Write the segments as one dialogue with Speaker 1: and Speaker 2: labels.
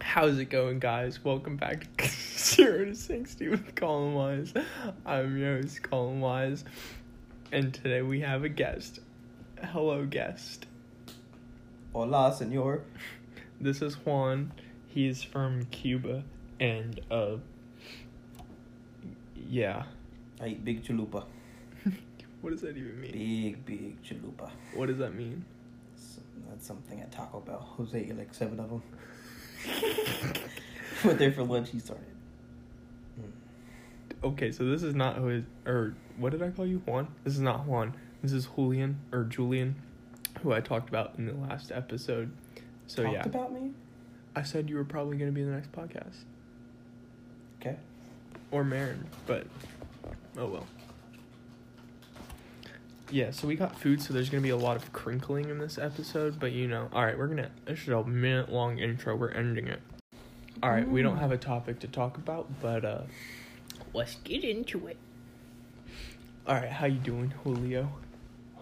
Speaker 1: How's it going, guys? Welcome back to Zero to Sixty with Colin Wise. I'm your host, Colin Wise, and today we have a guest. Hello, guest.
Speaker 2: Hola, senor.
Speaker 1: This is Juan. He's from Cuba, and uh, yeah.
Speaker 2: I eat big chalupa.
Speaker 1: What does that even mean?
Speaker 2: Big, big chalupa.
Speaker 1: What does that mean?
Speaker 2: S- That's something at Taco Bell. Jose ate like seven of them. Went there for lunch. He started. Mm.
Speaker 1: Okay, so this is not Jose, or what did I call you, Juan? This is not Juan. This is Julian or Julian, who I talked about in the last episode. So
Speaker 2: Talked
Speaker 1: yeah,
Speaker 2: about me.
Speaker 1: I said you were probably going to be in the next podcast
Speaker 2: Okay.
Speaker 1: or Marin, but oh well. Yeah, so we got food, so there's gonna be a lot of crinkling in this episode, but you know, all right, we're gonna. This is a minute long intro. We're ending it. All right, we don't have a topic to talk about, but uh, let's get into it. All right, how you doing, Julio?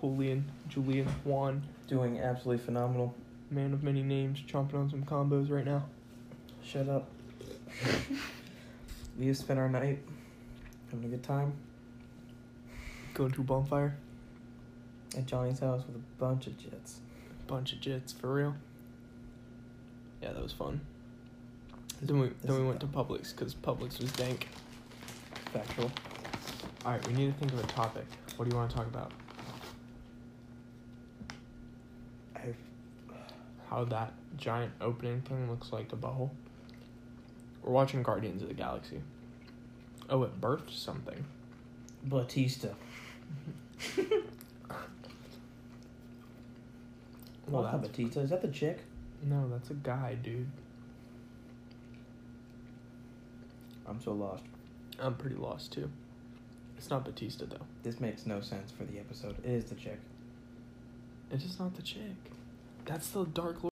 Speaker 1: Julian, Julian, Juan,
Speaker 2: Doing absolutely phenomenal.
Speaker 1: man of many names, chomping on some combos right now.
Speaker 2: Shut up. we have spent our night having a good time
Speaker 1: Going to a bonfire,
Speaker 2: at Johnny's house with a bunch of jets.
Speaker 1: bunch of jits for real. Yeah, that was fun. Then we
Speaker 2: This
Speaker 1: then we
Speaker 2: is
Speaker 1: went to
Speaker 2: fun.
Speaker 1: Publix because Publix was dank.
Speaker 2: Factual.
Speaker 1: All right, we need to think of a topic. What do you want to talk about?
Speaker 2: I
Speaker 1: How that giant opening thing looks like a butthole. We're watching Guardians of the Galaxy. Oh, it birthed something.
Speaker 2: Batista.
Speaker 1: Well,
Speaker 2: Well, not
Speaker 1: that's-
Speaker 2: Batista. Is that the chick?
Speaker 1: No, that's a guy, dude.
Speaker 2: I'm so lost.
Speaker 1: I'm pretty lost too. It's not Batista though.
Speaker 2: This makes no sense for the episode. It is the chick.
Speaker 1: It's just not the chick. That's the Dark Lord.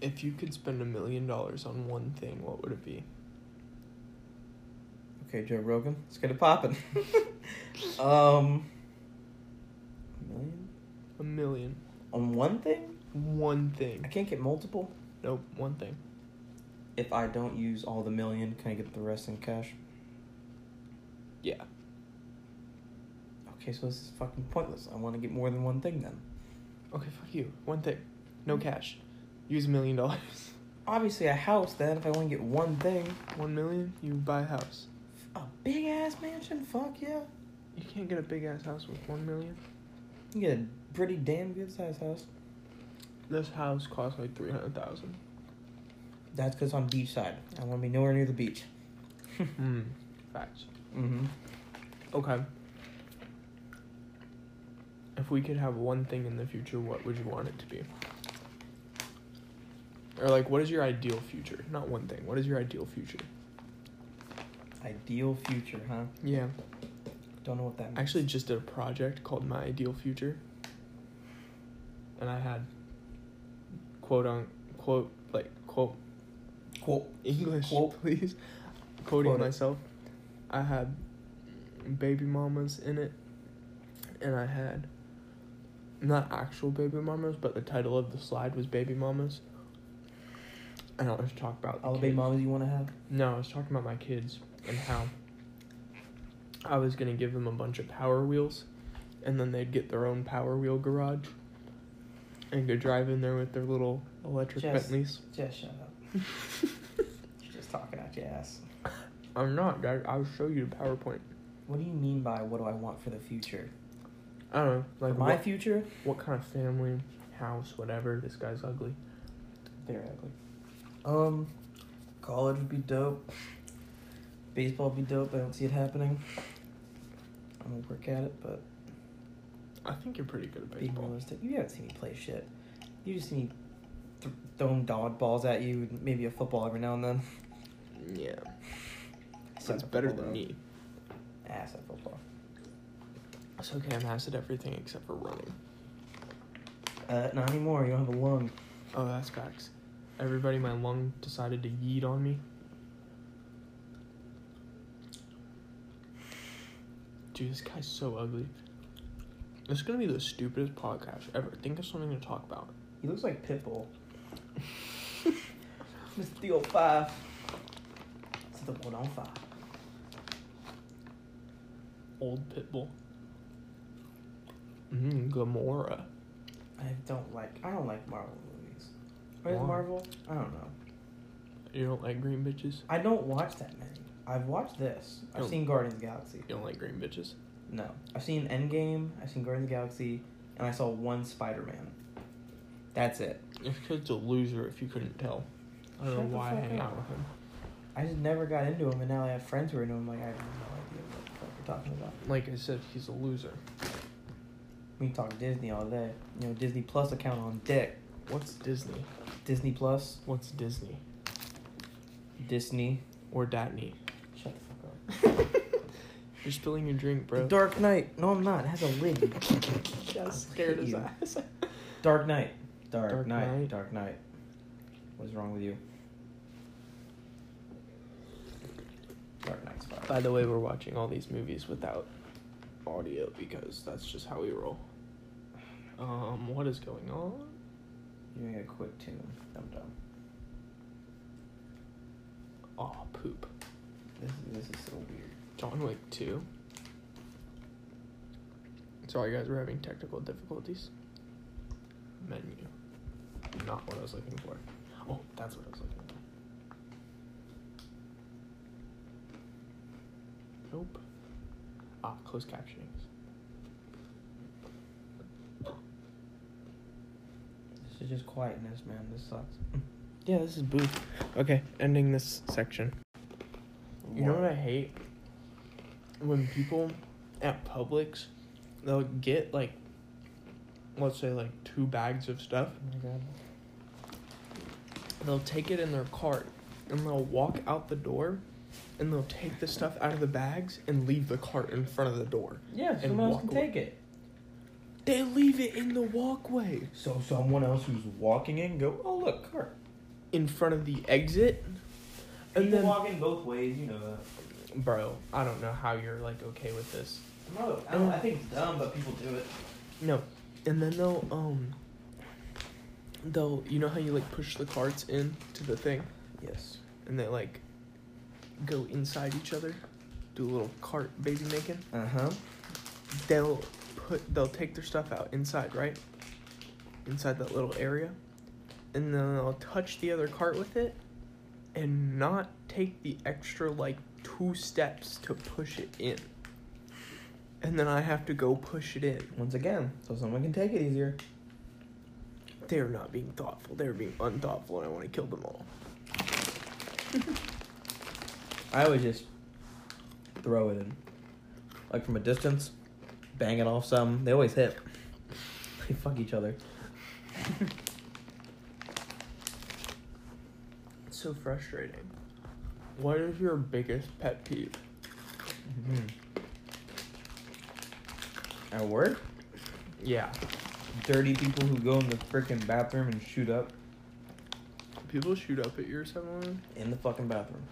Speaker 1: If you could spend a million dollars on one thing, what would it be?
Speaker 2: Okay, Joe Rogan, let's get it poppin'. um, a million
Speaker 1: A million.
Speaker 2: on one thing.
Speaker 1: One
Speaker 2: I
Speaker 1: thing.
Speaker 2: can't get multiple.
Speaker 1: Nope, one thing.
Speaker 2: If I don't use all the million, can I get the rest in cash?
Speaker 1: Yeah.
Speaker 2: Okay, so this is fucking pointless. I want to get more than one thing then.
Speaker 1: Okay, fuck you. One thing. No cash. Use a million dollars.
Speaker 2: Obviously, a house then. If I want to get one thing,
Speaker 1: One million, you buy a house.
Speaker 2: a big ass mansion. Fuck yeah.
Speaker 1: You can't get a big ass house with one million.
Speaker 2: You can get a pretty damn good sized house.
Speaker 1: This house costs like three hundred thousand.
Speaker 2: That's because I'm beachside. I want to be nowhere near the beach.
Speaker 1: Hmm. Facts.
Speaker 2: Mm-hmm.
Speaker 1: Okay. If we could have one thing in the future, what would you want it to be? Or like, what is your ideal future? Not one thing. What is your ideal future?
Speaker 2: Ideal future, huh?
Speaker 1: Yeah.
Speaker 2: Don't know what that means.
Speaker 1: I actually just did a project called My Ideal Future. And I had quote unquote like quote
Speaker 2: cool.
Speaker 1: English
Speaker 2: Quote.
Speaker 1: please. Quoting
Speaker 2: Quote it.
Speaker 1: myself. I had baby mamas in it and I had not actual baby mamas, but the title of the slide was baby mamas. And I was talking about the
Speaker 2: All the big
Speaker 1: kids.
Speaker 2: mamas you want to have.
Speaker 1: No, I was talking about my kids and how I was gonna give them a bunch of Power Wheels, and then they'd get their own Power Wheel garage, and go drive in there with their little electric
Speaker 2: Just-
Speaker 1: Bentleys.
Speaker 2: Just shut up. You're just talking out your ass.
Speaker 1: I'm not. I, I'll show you the PowerPoint.
Speaker 2: What do you mean by what do I want for the future?
Speaker 1: I don't know, like
Speaker 2: for my
Speaker 1: what,
Speaker 2: future?
Speaker 1: what kind of family, house, whatever. This guy's ugly.
Speaker 2: They're ugly. Um, college would be dope. Baseball would be dope. I don't see it happening. I'm gonna work at it, but
Speaker 1: I think you're pretty good at
Speaker 2: being
Speaker 1: baseball.
Speaker 2: realistic, you haven't seen me play shit. You just see me th- throwing dodgeballs at you, and maybe a football every now and then.
Speaker 1: Yeah,
Speaker 2: Suck
Speaker 1: that's
Speaker 2: at
Speaker 1: better
Speaker 2: football,
Speaker 1: than
Speaker 2: though.
Speaker 1: me.
Speaker 2: Ass at football.
Speaker 1: It's okay. I'm ass at everything except for running.
Speaker 2: Uh, not anymore. You don't have a lung.
Speaker 1: Oh, that's facts. Everybody, in my lung decided to yeet on me. Dude, this guy's so ugly. This is gonna be the stupidest podcast ever. Think of something to talk about.
Speaker 2: He looks like Pitbull. Mr. 305 to the 105.
Speaker 1: Old Pitbull. Mmm, Gamora.
Speaker 2: I don't like I don't like Marvel movies. Or is
Speaker 1: Why?
Speaker 2: Marvel? I don't know.
Speaker 1: You don't like green bitches?
Speaker 2: I don't watch that many. I've watched this. I've
Speaker 1: Oh.
Speaker 2: seen Guardians of the Galaxy.
Speaker 1: You don't like green bitches?
Speaker 2: No. I've seen Endgame, I've seen Guardians of the Galaxy, and I saw one Spider Man. That's it.
Speaker 1: This kid's a loser if you couldn't tell. I don't
Speaker 2: Shut the
Speaker 1: know why I
Speaker 2: fuck
Speaker 1: hang
Speaker 2: up.
Speaker 1: out with him.
Speaker 2: I just never got into him, and now I have friends who are into him. Like I have no idea what the fuck you're talking about.
Speaker 1: Like I said, he's a loser.
Speaker 2: We can talk Disney all day. You know, Disney Plus account on deck.
Speaker 1: What's Disney?
Speaker 2: Disney Plus,
Speaker 1: What's Disney?
Speaker 2: Disney.
Speaker 1: Or Datney?
Speaker 2: Shut the fuck up.
Speaker 1: You're spilling your drink,
Speaker 2: The
Speaker 1: bro.
Speaker 2: Dark Knight. No, I'm not. It has a lid.
Speaker 1: I was
Speaker 2: I'll
Speaker 1: scared
Speaker 2: hit
Speaker 1: his
Speaker 2: you.
Speaker 1: ass.
Speaker 2: Dark Knight. Dark,
Speaker 1: Dark
Speaker 2: Knight.
Speaker 1: Knight.
Speaker 2: Dark Knight. What's wrong with you? Dark Knight's fire.
Speaker 1: By the way, we're watching all these movies without audio because that's just how we roll. Um, what is going on?
Speaker 2: You're doing a quick tune. I'm dumb.
Speaker 1: Oh, poop.
Speaker 2: This this is so weird.
Speaker 1: John Wick 2. Sorry, guys, we're having technical difficulties. Menu. Not what I was looking for. Oh, that's what I was looking for. Nope. Ah, closed captioning.
Speaker 2: This is just quietness, man. This sucks.
Speaker 1: Yeah, this is boo. Okay, ending this section. You know what I hate? When people at Publix, they'll get like, let's say like two bags of stuff.
Speaker 2: Oh my god.
Speaker 1: They'll take it in their cart and they'll walk out the door and they'll take the stuff out of the bags and leave the cart in front of the door.
Speaker 2: Yeah,
Speaker 1: And
Speaker 2: someone else
Speaker 1: walk
Speaker 2: can
Speaker 1: away.
Speaker 2: take it.
Speaker 1: They leave it in the walkway
Speaker 2: So someone else who's walking in go, oh look, cart.
Speaker 1: in front of the exit. And
Speaker 2: People
Speaker 1: then,
Speaker 2: walking both ways, you know that.
Speaker 1: bro, I don't know how you're like okay with this.
Speaker 2: No, I, don't, I think it's dumb, but people do it.
Speaker 1: No, and then they'll um. They'll you know how you like push the carts in to the thing,
Speaker 2: Yes.
Speaker 1: and they like. Go inside each other, do a little cart baby making.
Speaker 2: Uh huh.
Speaker 1: They'll put they'll take their stuff out inside, right? Inside that little area, and then they'll touch the other cart with it, and not take the extra like two steps to push it in. And then I have to go push it in.
Speaker 2: Once again, so someone can take it easier.
Speaker 1: They're not being thoughtful. They're being unthoughtful, and I want to kill them all.
Speaker 2: I would just throw it in, like from a distance, bang it off some. They always hit. They fuck each other.
Speaker 1: It's so frustrating. What is your biggest pet peeve?
Speaker 2: Mm-hmm. At work,
Speaker 1: Yeah.
Speaker 2: dirty people who go in the freaking bathroom and shoot up
Speaker 1: People shoot up at your 7 Eleven?
Speaker 2: in the fucking bathroom.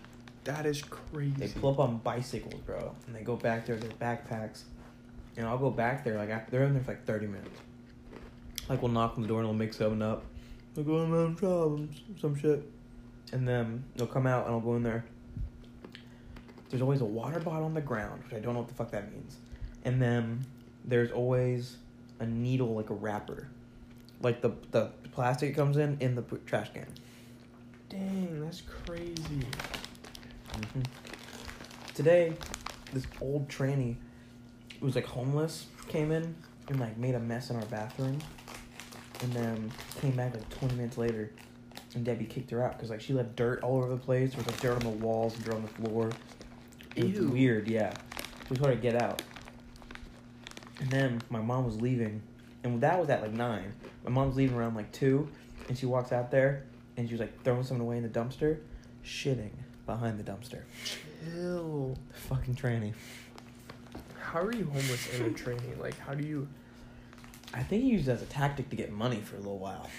Speaker 1: That is crazy.
Speaker 2: They pull up on bicycles, bro, and they go back there with their backpacks. And I'll go back there like after they're in there for like thirty minutes. Like we'll knock on the door and we'll make something up. Like oh, I'm having problems, some shit. And then they'll come out and I'll go in there. There's always a water bottle on the ground, which I don't know what the fuck that means. And then there's always a needle like a wrapper, like the the plastic it comes in in the p- trash can.
Speaker 1: Dang, that's crazy.
Speaker 2: Today, this old tranny who was like homeless came in and like made a mess in our bathroom, and then came back like 20 minutes later, and Debbie kicked her out because like she left dirt all over the place. There was like dirt on the walls and dirt on the floor. It was
Speaker 1: Ew.
Speaker 2: weird, yeah. We told her to get out. And then my mom was leaving, and that was at like nine. My mom's leaving around like two, and she walks out there, and she was like throwing something away in the dumpster, shitting behind the dumpster.
Speaker 1: Chill.
Speaker 2: Fucking tranny.
Speaker 1: How are you homeless in a training? Like, how do you.
Speaker 2: I think he used it as a tactic to get money for a little while.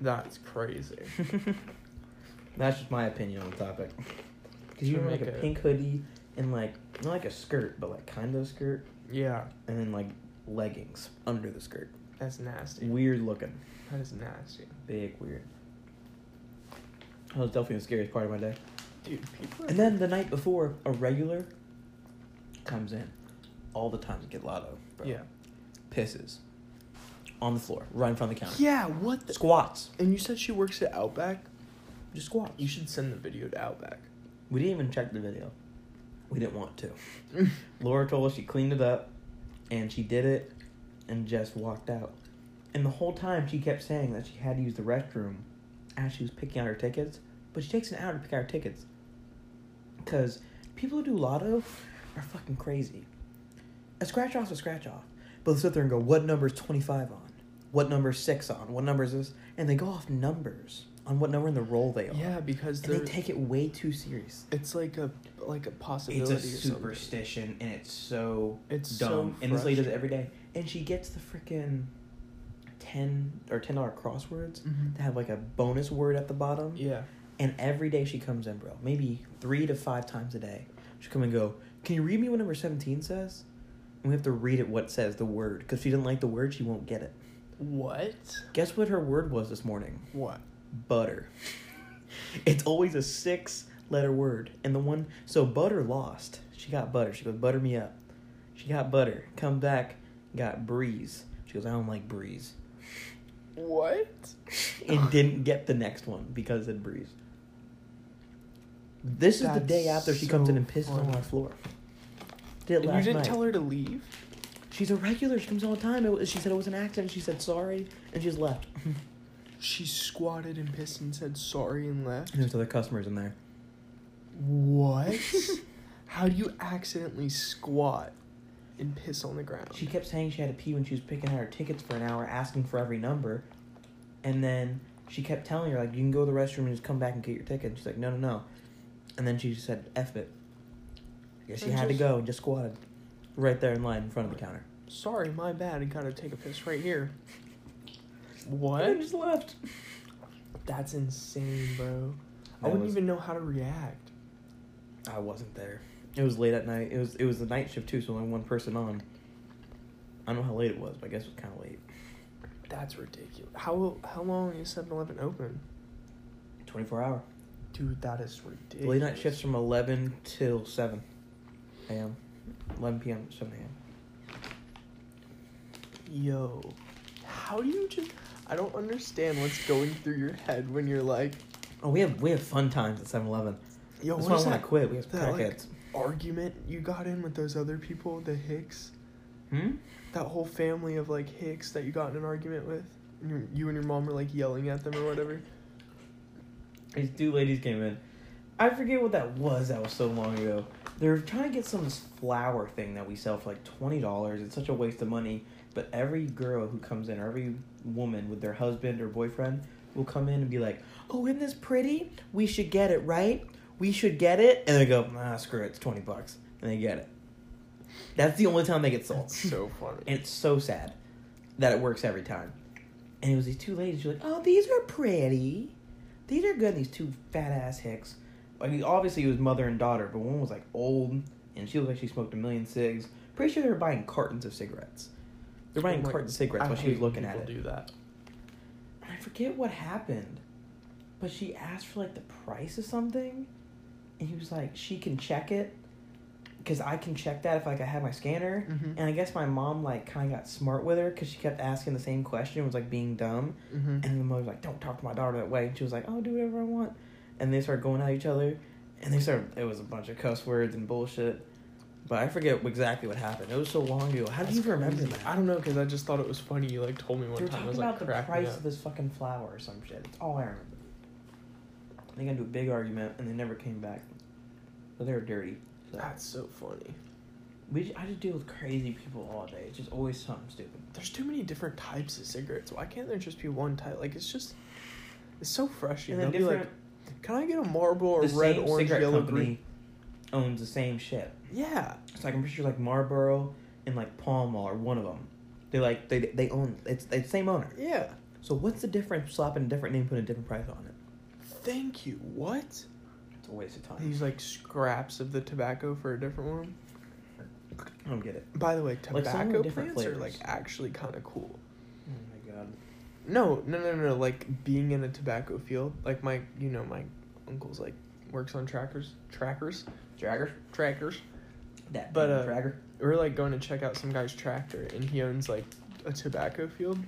Speaker 1: That's crazy.
Speaker 2: That's just my opinion on the topic. Because you
Speaker 1: Should
Speaker 2: were like
Speaker 1: make
Speaker 2: a
Speaker 1: a-
Speaker 2: pink hoodie and like not like a skirt, but like kind of a skirt,
Speaker 1: Yeah,
Speaker 2: and then like leggings under the skirt.
Speaker 1: that's nasty.
Speaker 2: Weird looking,
Speaker 1: That is nasty.
Speaker 2: big weird. That was definitely the scariest part of my day.
Speaker 1: Dude, people
Speaker 2: And then the night before, a regular comes in all the time to get lotto. Bro.
Speaker 1: Yeah.
Speaker 2: Pisses on the floor, right in front of the counter.
Speaker 1: Yeah, what the
Speaker 2: Squats.
Speaker 1: And you said she works at Outback?
Speaker 2: Just squats.
Speaker 1: You should send the video to Outback.
Speaker 2: We didn't even check the video. We didn't want to. Laura told us she cleaned it up, and she did it, and just walked out. And the whole time she kept saying that she had to use the restroom as she was picking out her tickets, but she takes an hour to pick out her tickets. Because people who do lotto are fucking crazy. A scratch off's a scratch off, but they'll sit there and go, what number is 25 on? What number is 6 on? What number is this? And they go off numbers on what number in the roll they are.
Speaker 1: Yeah, because
Speaker 2: And they
Speaker 1: they
Speaker 2: take it way too serious.
Speaker 1: it's like a like a possibility.
Speaker 2: It's a
Speaker 1: or something.
Speaker 2: superstition, and it's so
Speaker 1: It's so
Speaker 2: dumb. and this lady does it
Speaker 1: frustrating.
Speaker 2: every day, and she gets the freaking ten or ten dollar crosswords
Speaker 1: Mhm.
Speaker 2: that have like a bonus word at the bottom.
Speaker 1: Yeah.
Speaker 2: And every day she comes in, bro, maybe three to five times a day, she will come and go. Can you read me what number seventeen says? And we have to read it what it says the word because if she doesn't like the word, she won't get it.
Speaker 1: What?
Speaker 2: Guess what her word was this morning?
Speaker 1: What?
Speaker 2: butter. it's always a six letter word. And the one, so butter lost. She got butter. She goes, butter me up. She got butter. Come back, got breeze. She goes, I don't like breeze.
Speaker 1: What?
Speaker 2: And didn't get the next one because it had breeze. This is the
Speaker 1: That's
Speaker 2: day after she comes in and
Speaker 1: so
Speaker 2: pisses on
Speaker 1: funny.
Speaker 2: our floor. Did it
Speaker 1: And
Speaker 2: last
Speaker 1: you didn't
Speaker 2: night.
Speaker 1: tell her to leave?
Speaker 2: She's a regular. She comes all the time. It was, she said it was an accident. She said sorry, and she's left.
Speaker 1: She squatted and pissed and said sorry and left.
Speaker 2: And there's other customers in there.
Speaker 1: What? How do you accidentally squat and piss on the ground?
Speaker 2: She kept saying she had to pee when she was picking out her tickets for an hour, asking for every number, and then she kept telling her like, "You can go to the restroom and just come back and get your ticket." And she's like, "No, no, no," and then she just said, "F it." Yeah, she
Speaker 1: And
Speaker 2: had to
Speaker 1: just-
Speaker 2: go and just squatted right there in line in front of the counter.
Speaker 1: Sorry, my bad. I gotta take a piss right here.
Speaker 2: And
Speaker 1: What?
Speaker 2: then just left.
Speaker 1: That's insane, bro. I
Speaker 2: That
Speaker 1: wouldn't
Speaker 2: was-
Speaker 1: even know how to react.
Speaker 2: I wasn't there. It was late at night. It was it was the night shift too, so only one person on. I don't know how late it was, but I guess it was kind of late.
Speaker 1: That's ridiculous. How how long is 7-Eleven open?
Speaker 2: Twenty four hour.
Speaker 1: Dude, that is
Speaker 2: The
Speaker 1: ridiculous.
Speaker 2: late night shifts from eleven till seven a.m. Eleven p.m. Seven a.m.
Speaker 1: Yo, how do you just? I don't understand what's going through your head when you're like,
Speaker 2: Oh, we have we have fun times at 7-Eleven.
Speaker 1: yo, what
Speaker 2: That's why I
Speaker 1: is
Speaker 2: want to
Speaker 1: that?
Speaker 2: quit. We have
Speaker 1: that, like-
Speaker 2: crackheads.
Speaker 1: argument you got in with those other people, the Hicks,
Speaker 2: hmm?
Speaker 1: that whole family of like Hicks that you got in an argument with, and you, you and your mom were like yelling at them or whatever.
Speaker 2: These two ladies came in. I forget what that was. That was so long ago. They were trying to get some flower thing that we sell for like twenty dollars. It's such a waste of money. But every girl who comes in, or every woman with their husband or boyfriend, will come in and be like, "Oh, isn't this pretty? We should get it, right? We should get it." And they go, "Nah, screw it. It's twenty bucks." And they get it. That's the only time they get sold.
Speaker 1: That's so funny.
Speaker 2: And it's so sad that it works every time. And it was these two ladies who were like, oh, these are pretty. These are good. And these two fat ass hicks. I mean, obviously it was mother and daughter, but one was like old and she looked like she smoked a million cigs. Pretty sure they were buying cartons of cigarettes. They're buying
Speaker 1: Oh my-
Speaker 2: cartons of cigarettes
Speaker 1: I
Speaker 2: while she was
Speaker 1: hate
Speaker 2: looking
Speaker 1: when
Speaker 2: at it.
Speaker 1: people Do that.
Speaker 2: And I forget what happened, but she asked for like the price of something, and he was like, "She can check it, because I can check that if like I have my scanner."
Speaker 1: Mhm.
Speaker 2: And I guess my mom like kind of got smart with her because she kept asking the same question, was like being dumb,
Speaker 1: Mm-hmm.
Speaker 2: and the mother was like, "Don't talk to my daughter that way." And she was like, "I'll do whatever I want," and they started going at each other, and they started. It was a bunch of cuss words and bullshit. But I forget exactly what happened. It was so long ago. How do you even remember that?
Speaker 1: I don't know because I just thought it was funny. You like told me one
Speaker 2: They were
Speaker 1: time. I
Speaker 2: talking
Speaker 1: was
Speaker 2: about
Speaker 1: like
Speaker 2: the
Speaker 1: cracking
Speaker 2: price
Speaker 1: up.
Speaker 2: of this fucking flower or some shit. It's all I remember. They got into a big argument and they never came back. But they were dirty. So
Speaker 1: That's so funny.
Speaker 2: we, ju- I just deal with crazy people all day. It's just always something stupid.
Speaker 1: There's too many different types of cigarettes. Why can't there just be one type? Like it's just, it's so frustrating.
Speaker 2: And then
Speaker 1: They'll be
Speaker 2: different,
Speaker 1: like, "Can I get a Marlboro or
Speaker 2: the
Speaker 1: red,
Speaker 2: same
Speaker 1: orange,
Speaker 2: cigarette
Speaker 1: yellow,
Speaker 2: company
Speaker 1: green?"
Speaker 2: owns the same shit.
Speaker 1: Yeah,
Speaker 2: So like, I'm pretty sure like Marlboro and like Pall Mall are one of them. They like they they own it's it's same owner.
Speaker 1: yeah.
Speaker 2: So what's the difference slapping a different name putting a different price on it?
Speaker 1: Thank you. What?
Speaker 2: It's a waste of time.
Speaker 1: These like scraps of the tobacco for a different one.
Speaker 2: I don't get it.
Speaker 1: By the way,
Speaker 2: Like, some of
Speaker 1: tobacco
Speaker 2: the different
Speaker 1: plants are like
Speaker 2: flavors.
Speaker 1: actually kind of cool.
Speaker 2: Oh my god.
Speaker 1: No, no, no, no. Like being in a tobacco field, like my, you know, my uncle's like works on trackers, trackers,
Speaker 2: Dragger?
Speaker 1: trackers.
Speaker 2: That
Speaker 1: But,
Speaker 2: damn
Speaker 1: uh,
Speaker 2: dragger.
Speaker 1: We were like going to check out some guy's tractor, and he owns like a tobacco field,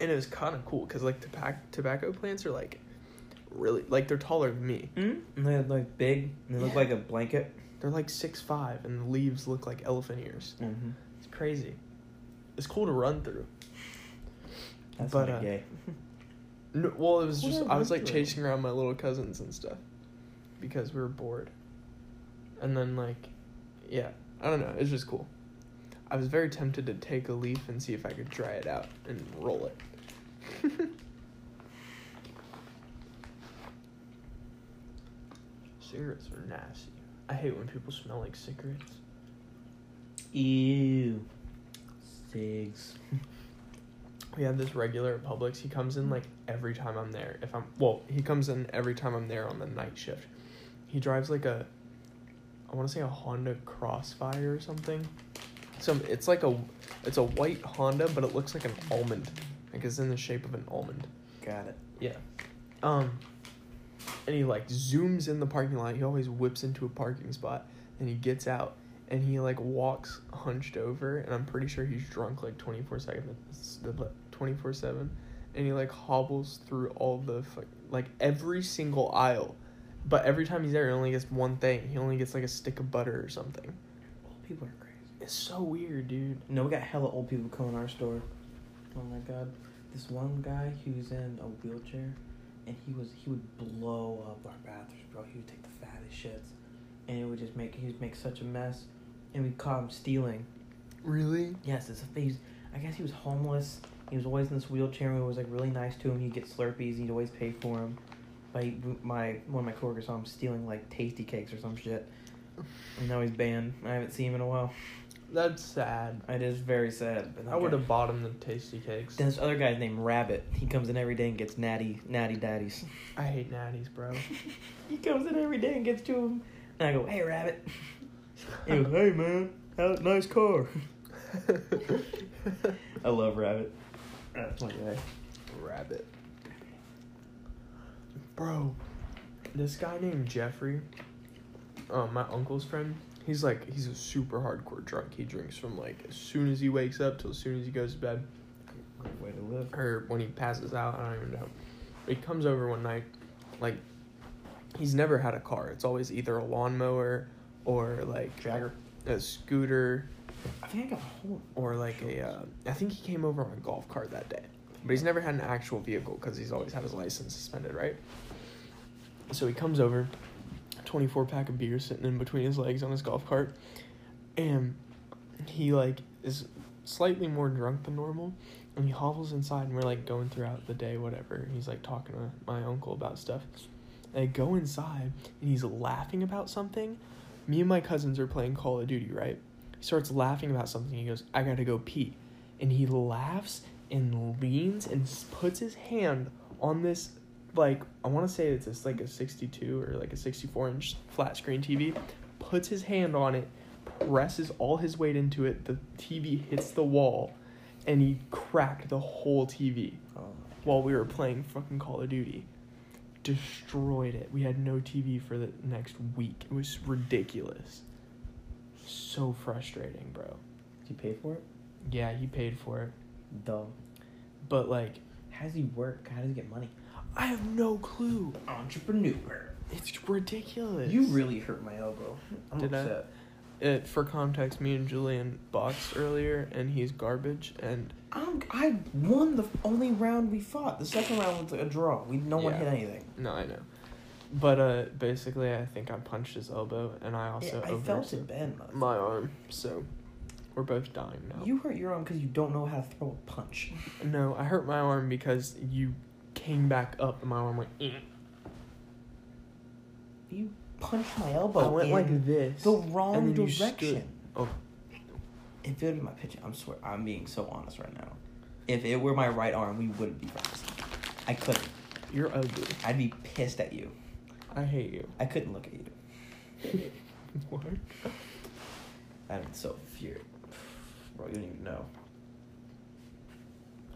Speaker 1: and it was kind of cool because like tobacco tobacco plants are like really like they're taller than me.
Speaker 2: Mm? And they had like big, and they look
Speaker 1: Yeah.
Speaker 2: like a blanket.
Speaker 1: They're like six five, and the leaves look like elephant ears.
Speaker 2: Mm-hmm.
Speaker 1: It's crazy. It's cool to run through.
Speaker 2: That's
Speaker 1: But,
Speaker 2: but,
Speaker 1: uh,
Speaker 2: gay.
Speaker 1: No, well, it was
Speaker 2: What
Speaker 1: just
Speaker 2: did I
Speaker 1: I was
Speaker 2: run
Speaker 1: like
Speaker 2: through?
Speaker 1: chasing around my little cousins and stuff because we were bored. And then like, yeah, I don't know. It's just cool. I was very tempted to take a leaf and see if I could dry it out and roll it. cigarettes are nasty. I hate when people smell like cigarettes.
Speaker 2: Ew. Cigs.
Speaker 1: We have this regular at Publix. He comes in like every time I'm there. If I'm well, he comes in every time I'm there on the night shift. He drives like a, I want to say a Honda Crossfire or something. Some it's like a, it's a white Honda, but it looks like an almond, like it's in the shape of an almond.
Speaker 2: Got it.
Speaker 1: Yeah. Um. And he like zooms in the parking lot. He always whips into a parking spot, and he gets out, and he like walks hunched over, and I'm pretty sure he's drunk like twenty four seconds, twenty four seven, and he like hobbles through all the fuck, like every single aisle, but every time he's there, he only gets one thing. He only gets like a stick of butter or something.
Speaker 2: Old people are crazy.
Speaker 1: It's so weird, dude.
Speaker 2: No, we got hella old people coming to our store. Oh my god. This one guy, he was in a wheelchair and he was he would blow up our bathrooms, bro. He would take the fattest shits. And it would just make he would make such a mess. And we caught him stealing.
Speaker 1: Really?
Speaker 2: Yes, it's a thing. He's- I guess he was homeless. He was always in this wheelchair. and We was like really nice to him. He'd get Slurpees. He'd always pay for them. But he, my one of my coworkers saw him stealing like tasty cakes or some shit. And now he's banned. I haven't seen him in a while.
Speaker 1: That's sad.
Speaker 2: It is very sad. But
Speaker 1: I would have bought him the tasty cakes.
Speaker 2: Then this other guy's named Rabbit. He comes in every day and gets natty natty daddies.
Speaker 1: I hate natties, bro.
Speaker 2: he comes in every day and gets to him. And I go, hey Rabbit. He goes, hey man, how, nice car. I love Rabbit. That's my guy.
Speaker 1: Rabbit. Bro, this guy named Jeffrey, um, my uncle's friend, he's like, he's a super hardcore drunk. He drinks from like as soon as he wakes up till as soon as he goes to bed,
Speaker 2: Great way to live.
Speaker 1: or when he passes out, I don't even know. He comes over one night, like, he's never had a car. It's always either a lawnmower or like
Speaker 2: Jagger.
Speaker 1: a scooter
Speaker 2: I think I got a whole
Speaker 1: or like a uh, I think he came over on a golf cart that day, but he's never had an actual vehicle because he's always had his license suspended, right? So he comes over, twenty four pack of beer sitting in between his legs on his golf cart, and he like is slightly more drunk than normal, and he hobbles inside, and we're like going throughout the day, whatever. And he's like talking to my uncle about stuff. And I go inside, and he's laughing about something. Me and my cousins are playing Call of Duty, right? He starts laughing about something. He goes, I gotta go pee. And he laughs and leans and s- puts his hand on this, like, I wanna say it's this, like a 62 or like a 64 inch flat screen TV. Puts his hand on it, presses all his weight into it. The TV hits the wall, and he cracked the whole TV
Speaker 2: Oh,
Speaker 1: while we were playing fucking Call of Duty. Destroyed it. We had no TV for the next week. It was ridiculous. So frustrating, bro.
Speaker 2: did you pay for it?
Speaker 1: Yeah, he paid for it.
Speaker 2: Dumb.
Speaker 1: But, like,
Speaker 2: How does he work? How does he get money?
Speaker 1: I have no clue.
Speaker 2: Entrepreneur.
Speaker 1: It's ridiculous.
Speaker 2: You really hurt my elbow. I'm
Speaker 1: Did I?
Speaker 2: upset.
Speaker 1: Uh, for context, me and Julian boxed earlier, and he's garbage, and
Speaker 2: I? am I won the only round we fought. The second round was a draw. We no one
Speaker 1: Yeah.
Speaker 2: hit anything.
Speaker 1: no, I know. But uh, basically, I think I punched his elbow, and I also
Speaker 2: Yeah, I
Speaker 1: over
Speaker 2: felt it bend. motherfucker.
Speaker 1: my arm. So we're both dying now.
Speaker 2: You hurt your arm because you don't know how to throw a punch.
Speaker 1: No, I hurt my arm because you came back up and my arm went. "Eh."
Speaker 2: You punched my elbow.
Speaker 1: I went
Speaker 2: in
Speaker 1: like this.
Speaker 2: Oh, the wrong
Speaker 1: and then you stood-
Speaker 2: direction.
Speaker 1: Oh.
Speaker 2: If it were my pitch, I'm swear I'm being so honest right now. If it were my right arm, we wouldn't be friends. I couldn't.
Speaker 1: You're ugly.
Speaker 2: I'd be pissed at you.
Speaker 1: I hate you.
Speaker 2: I couldn't look at you.
Speaker 1: What?
Speaker 2: I'm so furious. Bro, you don't even know.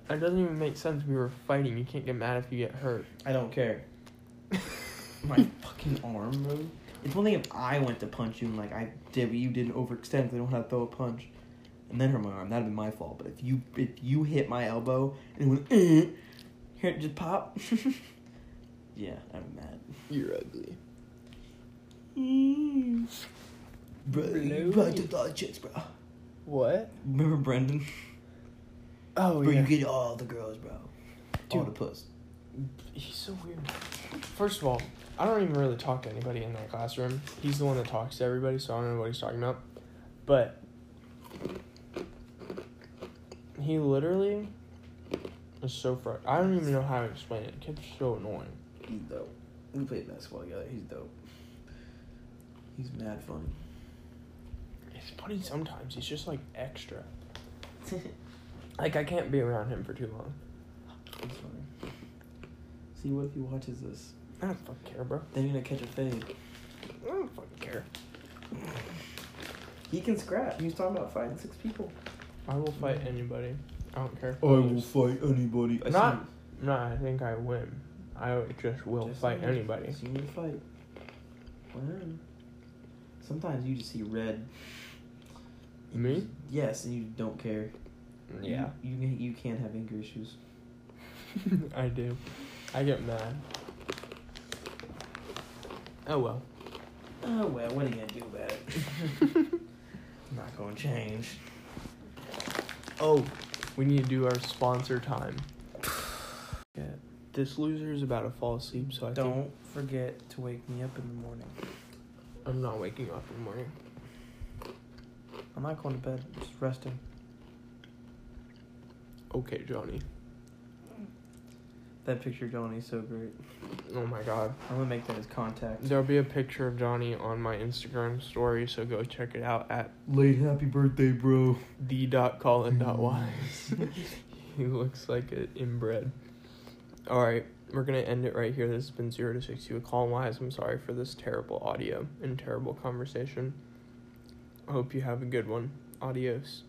Speaker 1: That doesn't even make sense. We were fighting. You can't get mad if you get hurt.
Speaker 2: I don't care. my fucking arm, bro. It's one thing if I went to punch you and like I did, but you didn't overextend. 'cause I don't have to throw a punch, and then hurt my arm. That'd be my fault. But if you if you hit my elbow and it went "Eh," here, it just pop. yeah, I'm mad.
Speaker 1: You're ugly.
Speaker 2: Bro,
Speaker 1: Hello?
Speaker 2: you probably took all the chicks, bro.
Speaker 1: What?
Speaker 2: Remember Brendan?
Speaker 1: Oh
Speaker 2: bro,
Speaker 1: yeah.
Speaker 2: you get all the girls, bro. All
Speaker 1: Dude.
Speaker 2: the puss.
Speaker 1: He's so weird. First of all, I don't even really talk to anybody in that classroom. He's the one that talks to everybody, so I don't know what he's talking about. But he literally is so fr. I don't even know how to explain it. Kid's so annoying.
Speaker 2: He's dope. We played basketball together. He's dope. He's mad funny.
Speaker 1: He's funny sometimes. He's just like extra. Like I can't be around him for too long.
Speaker 2: That's funny. See, what if he watches this?
Speaker 1: I don't fucking care, bro.
Speaker 2: Then you're gonna catch a fade.
Speaker 1: I don't fucking care.
Speaker 2: He can scrap. He was talking about fighting six people.
Speaker 1: I will fight anybody. I don't care.
Speaker 2: I will fight anybody.
Speaker 1: I Not- No, I think I win. I just will fight anybody.
Speaker 2: See me fight. Wow. Sometimes you just see red.
Speaker 1: Me?
Speaker 2: Yes, and you don't care. You you, you can't have anger issues.
Speaker 1: I do. I get mad. Oh well.
Speaker 2: Oh well, what are you gonna do about it? Not gonna change.
Speaker 1: Oh, we need to do our sponsor time. This loser is about to fall asleep, so I think
Speaker 2: Don't forget to wake me up in the morning.
Speaker 1: I'm not waking up in the morning.
Speaker 2: I'm not going to bed. I'm just resting.
Speaker 1: Okay, Johnny.
Speaker 2: That picture of Johnny is so great.
Speaker 1: Oh my god.
Speaker 2: I'm gonna make that as contact.
Speaker 1: There'll be a picture of Johnny on my Instagram story, so go check it out at
Speaker 2: Late happy birthday, bro. Mm.
Speaker 1: the.colin.wise. he looks like an inbred. Alright, we're going to end it right here. This has been 0 to 60 with Colin Wise. I'm sorry for this terrible audio and terrible conversation. I hope you have a good one. Adios.